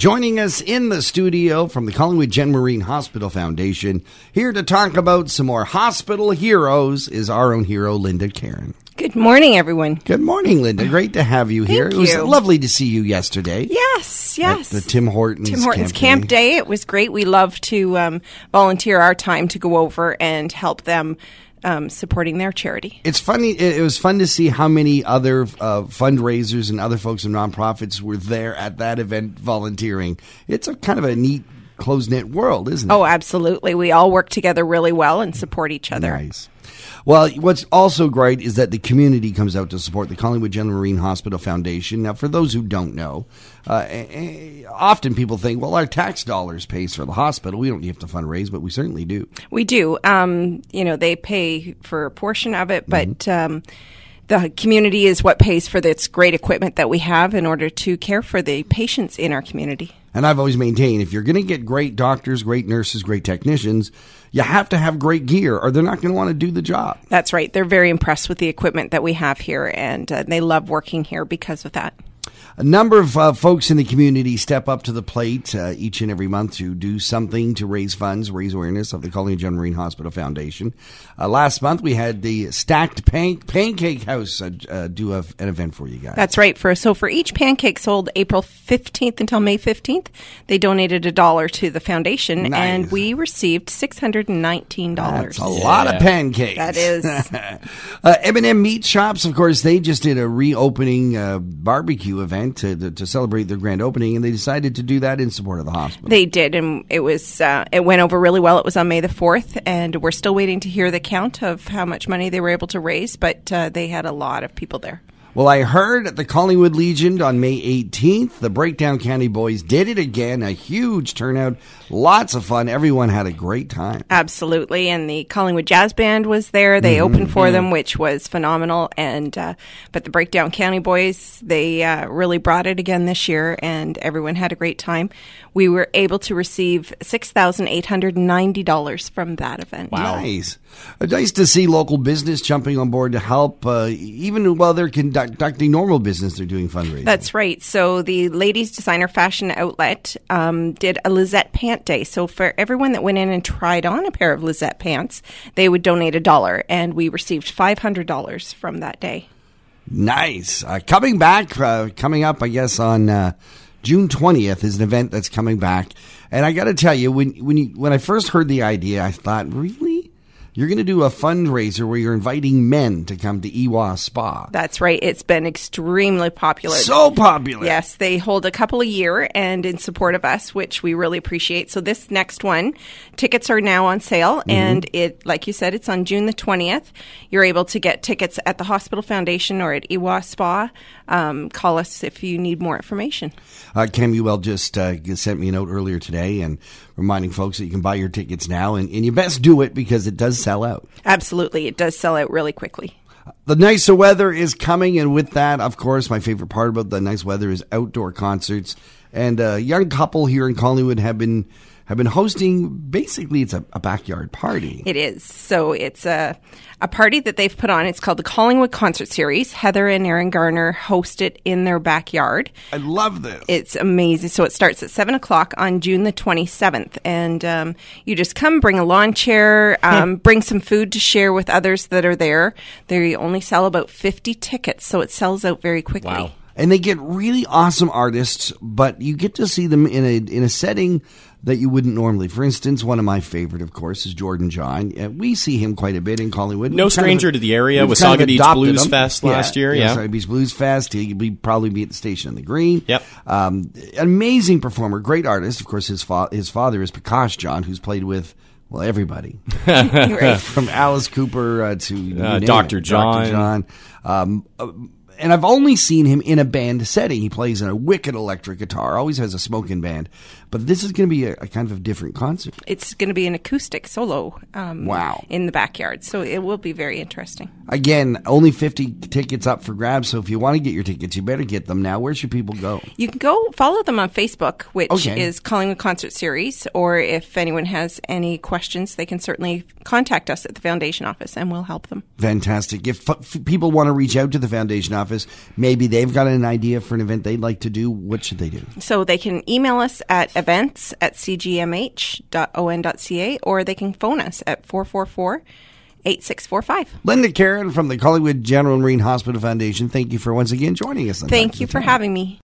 Joining us in the studio from the Collingwood Gen Marine Hospital Foundation, here to talk about some more hospital heroes, is our own hero, Linda Karen. Good morning, everyone. Good morning, Linda. Great to have you here. Thank it was you. lovely to see you yesterday. Yes, at yes. the Tim Hortons, Tim Hortons Camp Camp, Day. Day. It was great. We love to um, volunteer our time to go over and help them um, supporting their charity. It's funny. It, it was fun to see how many other uh, fundraisers and other folks and nonprofits were there at that event volunteering. It's a kind of a neat, close knit world, isn't it? Oh, absolutely. We all work together really well and support each other. Nice. Well, what's also great is that the community comes out to support the Collingwood General Marine Hospital Foundation. Now, for those who don't know, uh, eh, eh, often people think, well, our tax dollars pays for the hospital. We don't have to fundraise, but we certainly do. We do. Um, you know, they pay for a portion of it, but Mm-hmm. um, the community is what pays for this great equipment that we have in order to care for the patients in our community. And I've always maintained if you're going to get great doctors, great nurses, great technicians, you have to have great gear or they're not going to want to do the job. That's right. They're very impressed with the equipment that we have here, and uh, they love working here because of that. A number of uh, folks in the community step up to the plate uh, each and every month to do something to raise funds, raise awareness of the Colony John Marine Hospital Foundation. Uh, last month, we had the Stacked Pan- Pancake House uh, uh, do a, an event for you guys. That's right. For so for each pancake sold April fifteenth until May fifteenth, they donated a dollar to the foundation, Nice. and we received six hundred and nineteen That's dollars. a lot of pancakes. That is. uh, M&M Meat Shops, of course, they just did a reopening uh, barbecue event to, to, to celebrate their grand opening, and they decided to do that in support of the hospital. They did, and it was uh, it went over really well. It was on May the fourth, and we're still waiting to hear the count of how much money they were able to raise. But uh, they had a lot of people there. Well, I heard at the Collingwood Legion on May 18th, the Breakdown County Boys did it again. A huge turnout, lots of fun. Everyone had a great time. Absolutely, and the Collingwood Jazz Band was there. They opened for them, which was phenomenal. And uh, but the Breakdown County Boys, they uh, really brought it again this year, and everyone had a great time. We were able to receive six thousand eight hundred ninety dollars from that event. Nice. Uh, Nice to see local business jumping on board to help, uh, even while they're conducting normal business, they're doing fundraising. That's right. So the ladies designer fashion outlet um, did a Lizette pant day. So for everyone that went in and tried on a pair of Lizette pants, they would donate a dollar, and we received five hundred dollars from that day. nice. Uh, coming back, uh, coming up, I guess, on. Uh, June twentieth is an event that's coming back, and I got to tell you, when when you, when I first heard the idea, I thought, really, you're going to do a fundraiser where you're inviting men to come to Ewa Spa? That's right. It's been extremely popular. so popular. yes, they hold a couple a year and in support of us, which we really appreciate. So this next one, tickets are now on sale and it like you said, it's on June the 20th. You're able to get tickets at the Hospital Foundation or at Iwa Spa. Um, call us if you need more information. Uh, Camuel just uh, g- sent me a note earlier today and reminding folks that you can buy your tickets now, and, and you best do it because it does sell out. Absolutely. It does sell out really quickly. The nicer weather is coming, and with that, of course, my favorite part about the nice weather is outdoor concerts. And a young couple here in Collingwood have been have been hosting. Basically, it's a, a backyard party. It is. So it's a, a party that they've put on. It's called the Collingwood Concert Series. Heather and Aaron Garner host it in their backyard. I love this. It's amazing. So it starts at seven o'clock on June the twenty seventh, and um, you just come, bring a lawn chair, um, bring some food to share with others that are there. They only sell about fifty tickets, so it sells out very quickly. Wow. and they get really awesome artists, but you get to see them in a in a setting that you wouldn't normally. For instance, one of my favorite, of course, is Jordan John. Uh, we see him quite a bit in Collingwood. No We've kind stranger to the area. we've Wasaga kind of Beach adopted Blues him. Fest last year, yeah. Wasaga Beach Blues Fest. He'll be, probably be at the station on the green. Yep. Um, amazing performer, great artist. Of course, his fa- his father is Prakash John, who's played with. Well, everybody Right. from Alice Cooper uh, to you name it. Dr. John. Dr. John. Um, uh, and I've only seen him in a band setting. He plays in a wicked electric guitar. Always has a smoking band. But this is going to be a, a kind of a different concert. It's going to be an acoustic solo. Um, Wow. In the backyard, so it will be very interesting. Again, only fifty tickets up for grabs. So if you want to get your tickets, you better get them now. Where should people go? You can go follow them on Facebook, which Okay. is Collingwood Concert Series. Or if anyone has any questions, they can certainly contact us at the foundation office, and we'll help them. Fantastic. If f- people want to reach out to the foundation office. Maybe they've got an idea for an event they'd like to do. What should they do? So they can email us at events at cgmh.on.ca or they can phone us at 444 8645. Linda Karen from the Collingwood General Marine Hospital Foundation, thank you for once again joining us. on Thank Back to you the for Town. having me.